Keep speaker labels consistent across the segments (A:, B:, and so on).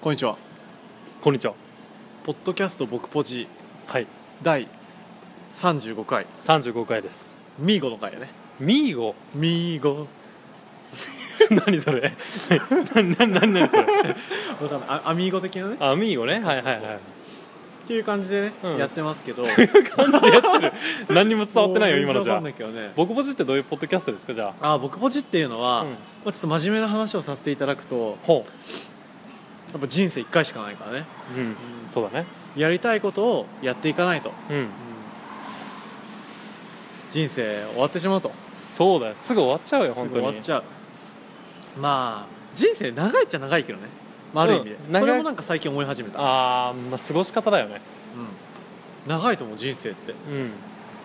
A: こんにちは。
B: こんにちは。
A: ポッドキャスト僕ポジ
B: はい、
A: 第35回
B: 三十五回です。
A: ミーゴの回やね。
B: ミーゴ。
A: ミーゴ。
B: 何それ。 何何何何それ。
A: わかんないあアミーゴ的なね。
B: あ、ミーゴね。はいはいはい。
A: っていう感じでね、
B: うん
A: やってますけ ど。
B: 何にも伝わってないよ
A: もう
B: 今のじ
A: 全然
B: ゃ
A: わかん
B: あ
A: な。いけどね。
B: ボクボジってどういうポッドキャストですかじゃ
A: あー僕ポジっていうの
B: あ。
A: は、
B: うん
A: まあちょっと真面目な話をさせていただくと
B: ほ
A: やっぱ人生1回しかないからね
B: う。うん。そうだね。
A: やりたいことをやっていかないと、
B: うん。
A: 人生終わってしまうと
B: そうだよ。すぐ終わっちゃうよ
A: す
B: 本
A: ぐ終
B: 当に。
A: わっちゃうまあ人生長いっちゃ長いけどね、まあ、ある意味で、
B: うん長
A: そ
B: い
A: れもなんか最近思い始めた、
B: ああ、まあ過ごし方だよね。
A: うん、長いと思う人生って、ま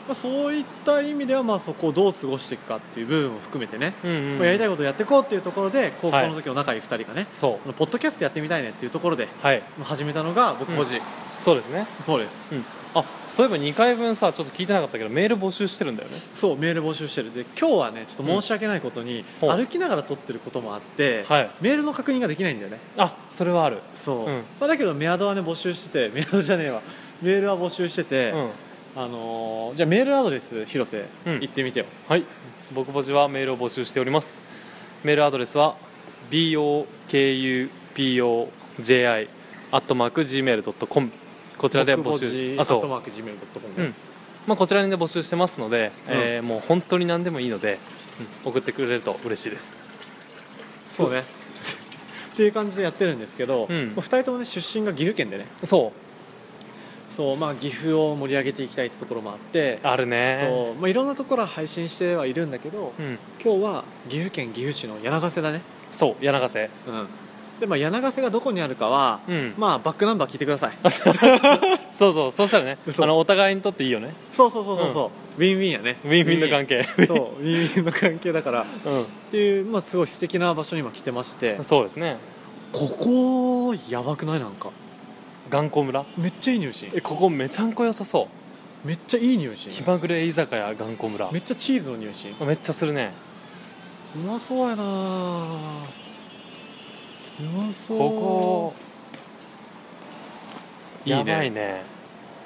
B: うん。
A: あ、そういった意味ではまあそこをどう過ごしていくかっていう部分も含めてね、
B: うん、うん。
A: やりたい
B: い。
A: ことをやっていこうっていうところで高校の時の仲いい2人がね、
B: そ
A: このポッドキャストやってみたいねっていうところで
B: う。はい。
A: 始めたのが僕個人、
B: そうですね。
A: そうです
B: うん。あ、そういえば二回分さちょっと聞いてなかったけどメール募集してるんだよね。
A: そうメール募集してるで今日はねちょっと申し訳ないことに、
B: うんほう
A: 歩きながら撮ってることもあって、
B: はい。
A: メールの確認ができないんだよね
B: あ、それはある。
A: そう、
B: うん
A: まあ、だけどメアドはね募集しててメアドじゃねえわメールは募集してて、
B: うん。
A: あのーじゃあメールアドレス広瀬、
B: うん
A: 言ってみてよ
B: はい、僕ぼじはメールを募集しております。メールアドレスは b o k u p o j i アットマーク gmail ドットコムこちらで募集
A: あ
B: あ
A: そ
B: そうう、
A: マーク Gmail.com
B: うん、まあこちらにね募集してますので、
A: うん
B: えーもう本当に何でもいいので、うん送ってくれると嬉しいです。
A: そうねっていう感じでやってるんですけど、
B: うん
A: まあ、2人ともね出身が岐阜県でね
B: そう
A: そう、まあ、岐阜を盛り上げていきたいってところもあって
B: あるね。
A: そうまあ、いろんなところは配信してはいるんだけど、
B: うん、
A: 今日は岐阜県岐阜市の柳瀬だね、
B: そう柳ヶ瀬。
A: うん、で、まあ、柳瀬がどこにあるかは、
B: うん、
A: まあバックナンバー聞いてください
B: そうそうそうしたらね
A: 嘘
B: あのお互いにとっていいよね。
A: そうそうそうそうそう、ウィンウィンやね
B: ウィンウィンの関
A: 係
B: 係。
A: そうウィンウィンの関係だから
B: う
A: っていう、まあ、すごい素敵な場所に今来てまして
B: ん、そうですね。
A: ここやばくないなんか
B: 頑固村。
A: めっちゃいい匂いしん
B: えここめちゃんこ良さそう。
A: めっちゃいい匂いしん
B: 気まぐれ居酒屋頑固村
A: めっちゃチーズの匂いしん
B: めっちゃするね
A: うまそうやなあうまそう
B: ここ
A: いいね
B: やばいね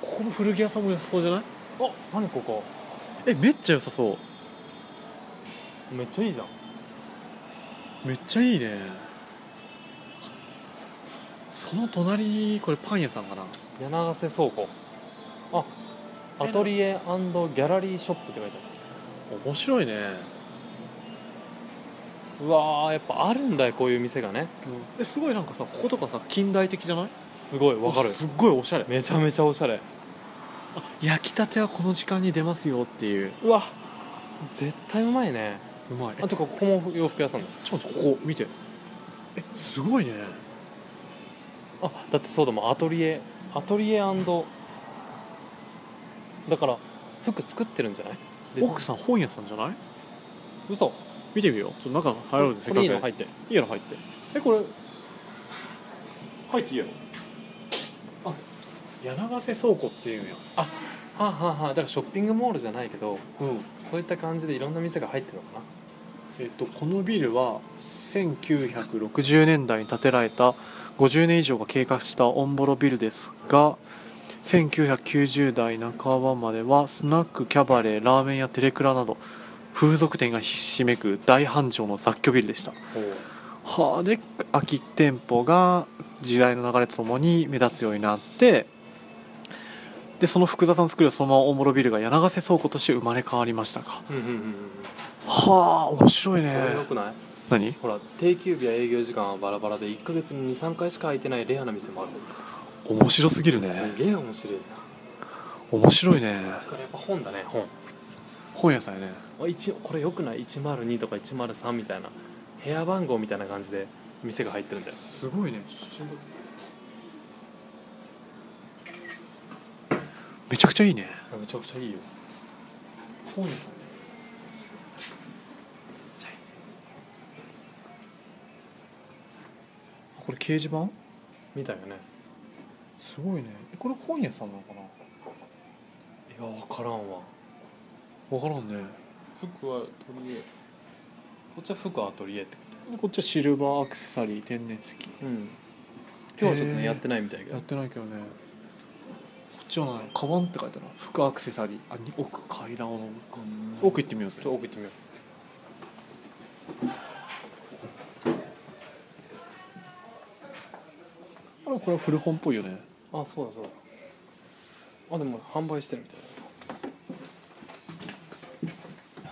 A: ここも古着屋さんも良さそうじゃない
B: あ何ここ
A: えめっちゃ良さそ
B: めっちゃいいじゃん
A: うめっちゃいいねその隣これパン屋さんかな
B: 柳瀬倉庫あアトリエギャラリーショップって書いてあ
A: 面白いね
B: るうわーやっぱあるんだよこういう店がね
A: えすごいなんかさこことかさ近代的じゃない
B: すごいわかる
A: すっごいおしゃれ
B: めちゃめちゃおしゃれ
A: あ焼きたてはこの時間に出ますよっていう
B: うわ絶対うまいね
A: うまい
B: あ
A: あ
B: とここも洋服屋さんだ
A: ちょっと待ってここ見てえすごいね
B: あだってそうだもんアトリエアトリエだから服作ってるんじゃないで
A: 奥さん本屋さんじゃない
B: 嘘
A: 見てみようちょっと中入ろうぜせっ
B: こ
A: か
B: れ
A: く
B: いいの入って
A: いいやろ入ってえこれ入っていいやろあ柳瀬倉庫っていうんや
B: はあ、はあはあ、だからショッピングモールじゃないけど
A: うん
B: そういった感じでいろんな店が入ってるのかな
A: えっとこのビルは1960年代に建てられた50年以上が経過したオンボロビルですが1990代半ばまではスナックキャバレーラーメンやテレクラなど風俗店がひしめく大繁盛の雑居ビルでしたはあで空き店舗が時代の流れとともに目立つようになってでその複雑な作りをそのままオンボロビルが柳瀬倉庫として生まれ変わりましたか
B: うんうんうんうん
A: はあ面白い
B: こ
A: ね
B: れよくない
A: 何
B: ほら定休日や営業時間はバラバラで1ヶ月に23回しか空いてないレアな店もあるんです
A: 面白すぎる
B: す
A: ね
B: げえ面白いじゃん
A: 面白いね
B: だからやっぱ本だね本
A: 本屋さんやね
B: あ一これよくない102とか103みたいな部屋番号みたいな感じで店が入ってるんだよ
A: すごいねめちゃくちゃいいね
B: めちゃくちゃいいよ
A: 本屋さんこれ掲示板
B: みたいよね
A: すごいねえこれ本屋さんなのかない
B: や分からんわ
A: 分からんね
B: 服はアトリエこっちは服はアトリエって
A: でこっちはシルバーアクセサリー天然石
B: うん今日はちょっとね
A: へー
B: やってないみたいだけ
A: やっ
B: ど
A: てないけどねこっちはないカバンって書いてあるな服アクセサリーあに奥階段を
B: う
A: 奥
B: ん
A: 奥行ってみようぜ
B: ちょっと奥行ってみよ
A: あれこれは古本っぽいよね
B: うあそうだそうだあでも販売してるみたいな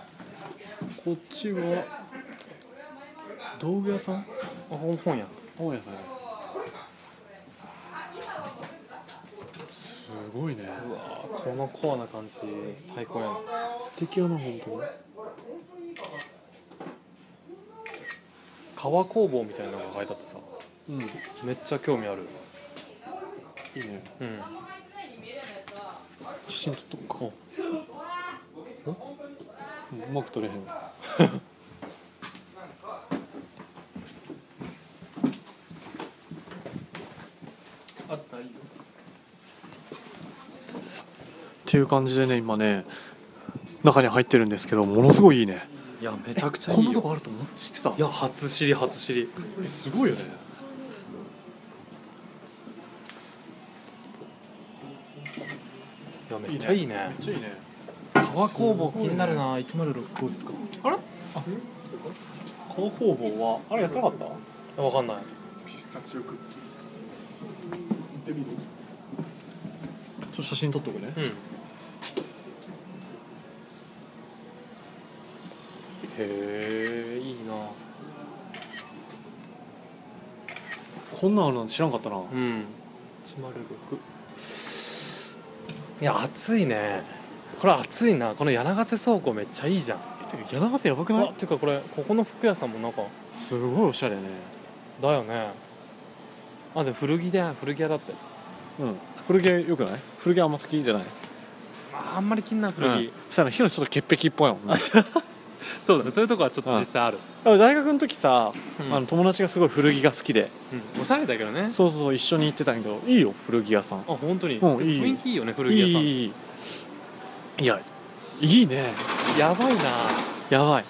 A: こっちは道具屋さん
B: あ本本や
A: 本屋さんやすごいね
B: うわーこのコアな感じ最高やな
A: 素敵やな本当に
B: 革工房みたいなのが書いてあってさ
A: うんい
B: めっちゃ興味ある
A: いね
B: うん
A: 写真撮っとこうかうんうまく撮れへん
B: あったいいよ
A: っていう感じでね今ね中に入ってるんですけどものすごいいいね
B: いやめちゃくちゃいい
A: こ
B: よ
A: んなとこあると思って知ってた
B: いや初知り初知り
A: すごいよね
B: いやめっちゃいいね
A: めっちゃいいね
B: 革工房気になるな106号室か
A: あれあこの工房はあれやってなかった
B: わかんない
A: ピスタチオクッキー行ってみるちょっと写真撮っとくね
B: うんへえいいな
A: こんなんあるなんて知らんかったな
B: うん106いや暑いねこれ暑いなこの柳ヶ瀬倉庫めっちゃいいじゃん
A: てか柳ヶ瀬やばくな
B: あ
A: い
B: ていうかこれここの服屋さんもなんか
A: すごいおしゃれね
B: だよねあでも古着だ古着屋だって
A: うん古着よくない古着あんま好きじゃない
B: まああんまり気になる古着、
A: うんさらにヒロシちょっと潔癖っぽいもんね
B: そうだねそういうとこはちょっと実際ある、
A: でも大学の時さ、
B: うん
A: あの友達がすごい古着が好きで
B: うんおしゃれだけどね
A: そうそうそう一緒に行ってたんやけどいいよ古着屋さん
B: あ本当に、
A: うんいい
B: 雰囲気いいよね古
A: い
B: 着
A: い
B: 屋さん
A: いいいいいやいいね
B: やばいな
A: やばい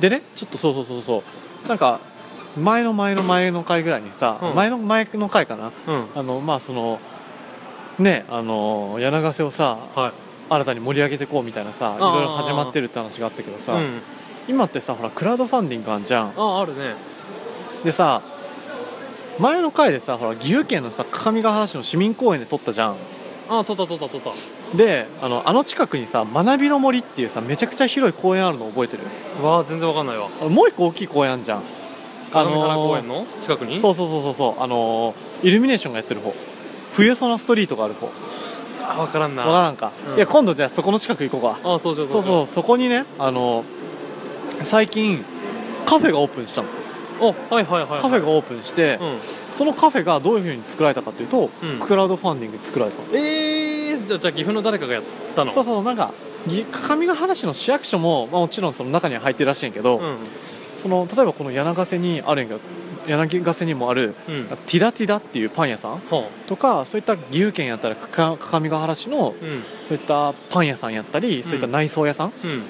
A: でねちょっとそうそうそうそうなんか前の前の前の回ぐらいにさ、
B: うん
A: 前の前の回かな
B: うん
A: あのまあそのねあの柳ヶ瀬をさ
B: はい
A: 新たに盛り上げていこうみたいなさいろいろ始まってるって話があったけどさ、
B: うん、
A: 今ってさほらクラウドファンディングあんじゃん
B: ああるね
A: でさ前の回でさほら岐阜県のさ各務原市の市民公園で撮ったじゃん
B: あ取った取った取った
A: であのあの近くにさ学びの森っていうさめちゃくちゃ広い公園あるの覚えてる
B: うわあ全然わかんないわ
A: あのもう一個大きい公園あんじゃん
B: 鏡原公園
A: の
B: の近くに
A: そうそうそうそうそうあのーイルミネーションがやってる方冬ソナストリートがある方わ
B: あわからんな
A: からんか、
B: うん
A: いや今度じゃあそこの近く行こうか
B: あそうそう
A: そ
B: そう
A: そ
B: う
A: うそこにねあのー最近カフェがオープンしたの
B: そうおはいはいはい、はい、
A: カフェがオープンして、
B: うん
A: そのカフェがどういうふうに作られたかというと、
B: うん
A: クラウドファンディングで作られたの
B: えー、じゃあじゃあ岐阜の誰かがやったの
A: そうそうなんかぎ各務原市の市役所も、まあ、もちろんその中には入ってるらしいんやけど、
B: うん
A: その例えばこの柳ヶ瀬にあるんやけど柳ヶ瀬にもある
B: うん
A: ティダティダっていうパン屋さん
B: は
A: とかそういった岐阜県やったらかか各務原市の
B: あうん
A: そういったパン屋さんやったりそういった内装屋さん
B: うん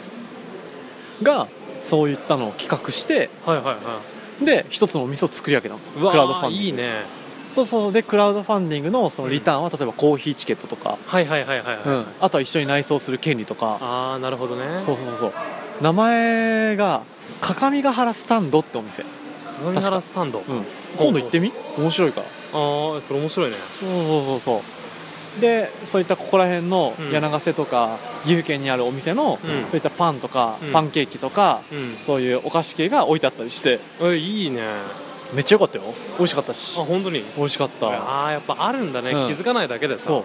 A: がそういったのを企画して
B: はいはいは
A: で一つのお店を作り上げたの
B: い
A: ク
B: うわー
A: ラウドファンディング
B: いいね
A: そうそうでクラウドファンディングのそのリターンは例えばコーヒーチケットとか、
B: はいはいはいはいはい、
A: うん、あとは一緒に内装する権利とか
B: ああなるほどね
A: そうそうそう名前が各務原スタンドってお店、
B: 鏡原スタンドあ
A: うん、今度行ってみ面白いから
B: あーそれ面白いね
A: そうそうそうそうでそういったここら辺の
B: うん
A: 柳ヶ瀬とか岐阜県にあるお店の、
B: うん
A: そういったパンとか、
B: うん
A: パンケーキとか
B: うん
A: そういうお菓子系が置いてあったりして
B: えいいねあ
A: めっちゃ良かったよ美味しかったし
B: 本当に
A: 美味しかった
B: ああやっぱあるんだね、
A: うん
B: 気づかないだけでさ
A: そ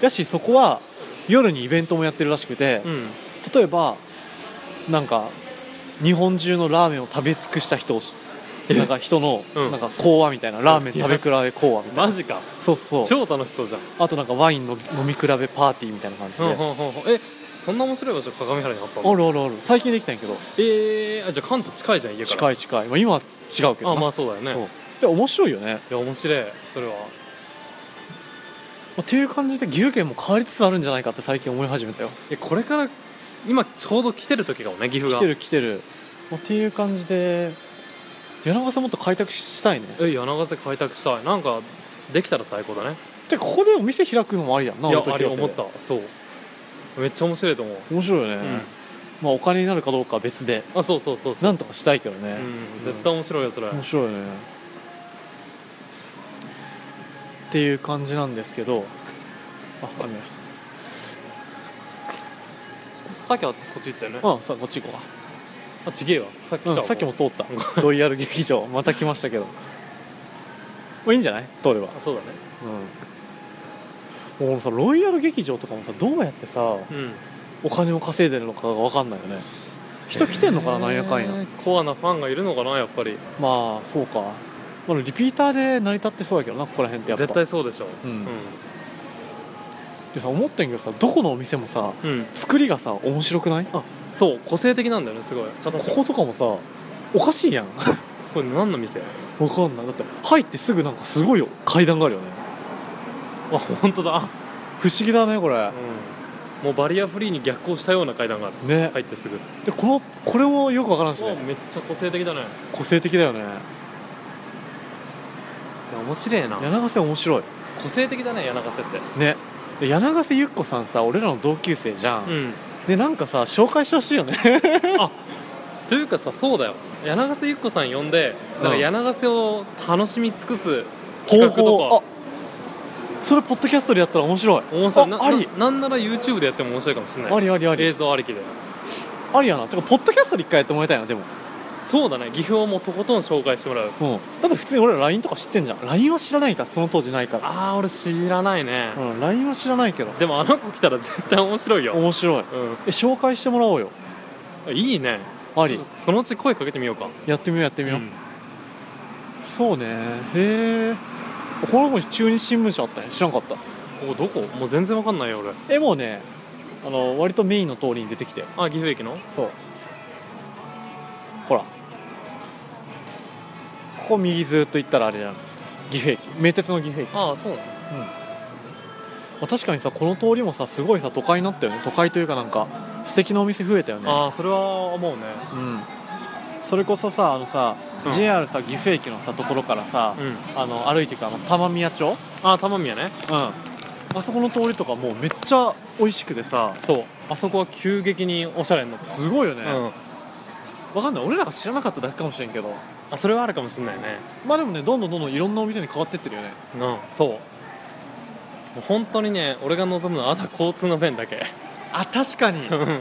A: うやしそこは夜にイベントもやってるらしくて、
B: うん
A: 例えばなんか日本中のラーメンを食べ尽くした人をし
B: え
A: なんか人の、
B: うん
A: なんか講話みたいなラーメン食べ比べ講話みたいな
B: マジか
A: そうそうそう
B: 超楽しそうじゃん
A: あとなんかワインの飲み比べパーティーみたいな感じで、
B: うんうんうんうんえそんな面白い場所鏡原にあったの
A: あるあるある最近できたんやけど
B: えー、あじゃあ関東近いじゃん家から
A: 近い近い、まあ、今は違うけど
B: あ
A: な
B: まあそうだよね
A: そうで面白いよね、ま
B: いや面白いそれは
A: あ、っていう感じで岐阜県も変わりつつあるんじゃないかって最近思い始めたよ
B: えこれから今ちょうど来てる時かもね岐阜
A: 来
B: が
A: てる来てる、まあ、っていう感じで柳川さんもっと開拓したいね
B: え柳ヶ瀬開拓したいなんかできたら最高だね
A: てかここでお店開くのもありやんない
B: や
A: 俺と
B: あれ
A: 広瀬
B: 思っ
A: で
B: たそうめっちゃ面白いと思う、
A: 面白いよね、
B: う
A: まあお金になるかどうかは別で
B: ん、あそうそうそうそう
A: なんとかしたいけどね
B: う、ん、絶対面白いよそれ、
A: 面白いねっていう感じなんですけどあ雨
B: さっきはこっち行ったよね
A: あさあこっち行こ
B: あちげえわさっき
A: うか、
B: 来た、
A: うん、さっきも通ったロイヤル劇場また来ましたけどもういいんじゃない通れば
B: あそうだね
A: うんもうさロイヤル劇場とかもさどうやってさ
B: うん
A: お金を稼いでるのかが分かんないよね人来てんのかななんやかんや
B: へーコアなファンがいるのかなやっぱり
A: まあそうか、まあ、リピーターで成り立ってそうやけどなここら辺ってやっぱ
B: 絶対そうでしょ
A: うんでさ思ってんけどさどこのお店もさ
B: うん、うん
A: 作りがさ面白くないこ
B: そう個性的なんだよねすごい形が
A: ことかもさおかしいやん
B: これ何の店
A: わかんないだって入ってすぐなんかすごいよ階段があるよね
B: あ本当だ、
A: 不思議だねこれ
B: うん、もうバリアフリーに逆行したような階段がある
A: ね、
B: 入ってすぐ、
A: でこのこれもよくわからんし
B: うわ
A: ね
B: めっちゃ個性的だね
A: 個性的だよね
B: いや面白いな
A: 柳ヶ瀬面白い
B: 個性的だね柳ヶ瀬って
A: ねで柳ヶ瀬ゆっこさんさ俺らの同級生じゃん、
B: うん
A: でなんかさ紹介してほしいよね
B: というかさそうだよ柳ヶ瀬ゆっこさん呼んでなん
A: う
B: か
A: ん
B: 柳ヶ瀬を楽しみ尽くす企画とか
A: あそれポッドキャストでやったら面白い
B: 面白いな
A: ああり
B: ななんなら YouTube でやっても面白いかもしれない
A: ありありあ
B: 映
A: り
B: 像ありきで
A: ありやなてかポッドキャストで一回やってもらいたいなでも、
B: そうだね岐阜をもうとことん紹介してもらう
A: うん、だって普通に俺ら LINE とか知ってんじゃん LINE は知らないからその当時ないから
B: ああ俺知らないね、
A: うん LINE は知らないけど
B: でもあの子来たら絶対面白いよ、
A: 面白い
B: うん
A: え紹介してもらおうよ
B: いいね
A: あり
B: ちょっとそのうち声かけてみようか
A: やってみようやってみよう、
B: うん
A: そうねへえこの子に中日新聞社あったね知らんかった
B: ここどこもう全然わかんないよ俺
A: えもうねあの割とメインの通りに出てきてよ
B: あ岐阜駅の
A: そうほらここ右ずっと行ったらあれじゃん岐阜駅名鉄の岐阜駅、
B: ああそうなの
A: まあ、確かにさこの通りもさすごいさ都会になったよね都会というかなんか素敵なお店増えたよね
B: ああそれは思うね
A: うんそれこそさあのさ、
B: うん
A: JR さ岐阜駅のさところからさ、
B: うん
A: あの歩いていくあの玉宮町、うん、
B: ああ玉宮ね
A: あそこの通りとかもうめっちゃ美味しくてさ
B: そうあそこは急激におしゃれになった
A: すごいよね、
B: うん
A: わかんない俺らが知らなかっただけかもしれんけど
B: あそれはあるかもしれないね
A: まあでもねどんどんどんどんいろんなお店に変わってってるよね
B: うんそうもう本当にね俺が望むのはあとは交通の便だけ
A: あ確か に
B: うん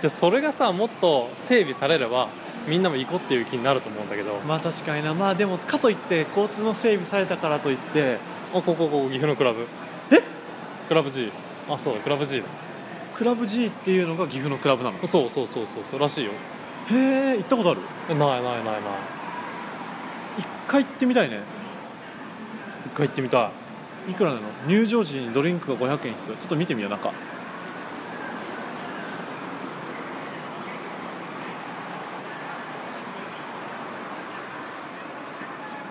B: じゃあそれがさもっと整備されればみんなも行こうっていう気になると思うんだけど
A: まあ確かになまあでもかといって交通の整備されたからといって
B: あここここ岐阜のクラブえクラブ G あそうだクラブ G だ
A: クラブ G っていうのが岐阜のクラブなの
B: そうそうそうそうそうらしいよ
A: へえ行ったことある
B: えないないないない
A: 一回行ってみたいね
B: 一回行ってみたい
A: いくらなの入場時にドリンクが500円必要ちょっと見てみよう中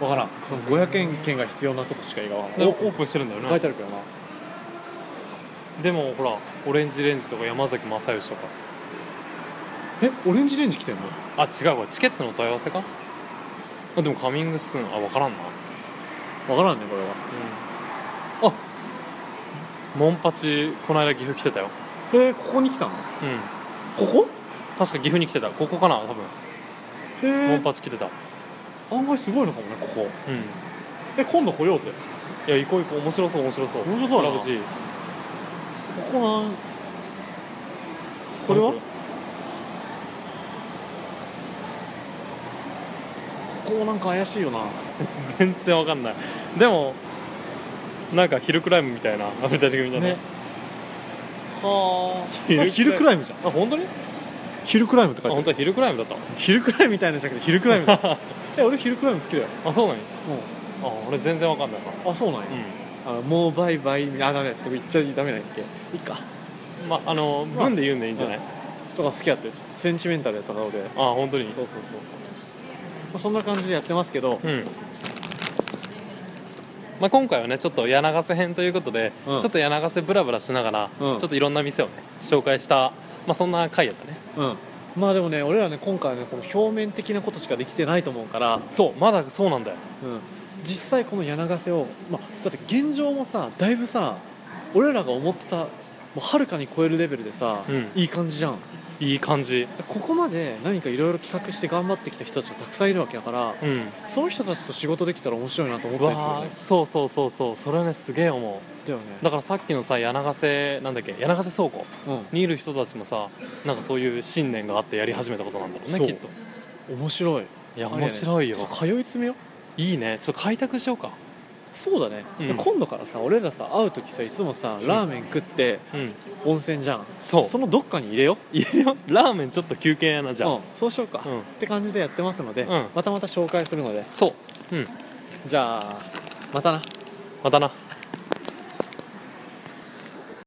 A: わからんその500円券が必要なとこしか映画は
B: でオープンしてるんだよ
A: 書い
B: ね
A: てあるけどな
B: でもほらオレンジレンジとか山崎正義とか
A: えオレンジレンジ来てんの
B: あ違うこれチケットの問い合わせかあでもカミングスーンあ分からんな
A: わからんねこれは
B: うんあモンパチこの間岐阜来てたよ
A: えー、ここに来たの
B: うん
A: ここ
B: 確か岐阜に来てたここかな多分
A: え
B: モ
A: ー
B: ン、パチ来てたうん
A: 案外すごいのかもねここえ今度来ようぜ
B: いや行こう行こう面白そう面白そう
A: 面白そうだな
B: ラブ G
A: ここなんこれは
B: 何
A: ここもなんか怪しいよな
B: れ全然わかんないでもなんかヒルクライムみたいなアメリカ的みたいな、
A: ねは
B: 昼
A: あ
B: くらい
A: 昼クライムじゃん
B: あ本当にあ
A: 昼クライムって書いてある
B: 本当はヒルクライムだった
A: 昼クライムみたいなのじゃなくて昼クライ ムだえ俺昼クライム好きだよ、
B: あそうなのあ俺全然わかんないな
A: あそうなんや、
B: う
A: あもうバイバイみたいなあダメだちょっと言っちゃダメなんやっけいいか
B: んまああの
A: まあ
B: 文で言うんでいいんじゃない、
A: とか好きやったよちょっとセンチメンタルやった顔で
B: あ本当に
A: そうそうそう、まあ、そんな感じでやってますけど、
B: うんまあ、今回はねちょっと柳ヶ瀬編ということで、
A: うん
B: ちょっと柳ヶ瀬ブラブラしながら、
A: うん
B: ちょっといろんな店をね紹介した、まあ、そんな回やったね
A: うんまあでもね俺らね今回はねこの表面的なことしかできてないと思うから、
B: そうまだそうなんだよ
A: うん、実際この柳瀬を、まあ、だって現状もさだいぶさ俺らが思ってたもうはるかに超えるレベルでさ、
B: うん
A: いい感じじゃん
B: いい感じ
A: ここまで何かいろいろ企画して頑張ってきた人たちがたくさんいるわけだから
B: うん
A: その人たちと仕事できたら面白いなと思ったりするよ
B: わ
A: ね
B: あそうそうそうそうそれはねすげえ思
A: だよね
B: うだからさっきのさ柳瀬なんだっけ柳瀬倉庫にいる人たちもさなんかそういう信念があってやり始めたことなんだろうね
A: そう
B: きっと
A: うん、面白い
B: いや
A: あれね
B: 面白いよ
A: ちょっと通い詰めよう
B: いいねちょっと開拓しようか
A: そうだね、
B: うん
A: 今度からさ俺らさ会う時さいつもさラーメン食って
B: うん
A: 温泉じゃん
B: そう
A: そのどっかに入れよう
B: いるよラーメンちょっと休憩やなじゃ
A: う
B: あ
A: んそうしようか、
B: うん
A: って感じでやってますので、
B: うん
A: またまた紹介するので
B: そううん
A: じゃあまたな
B: またな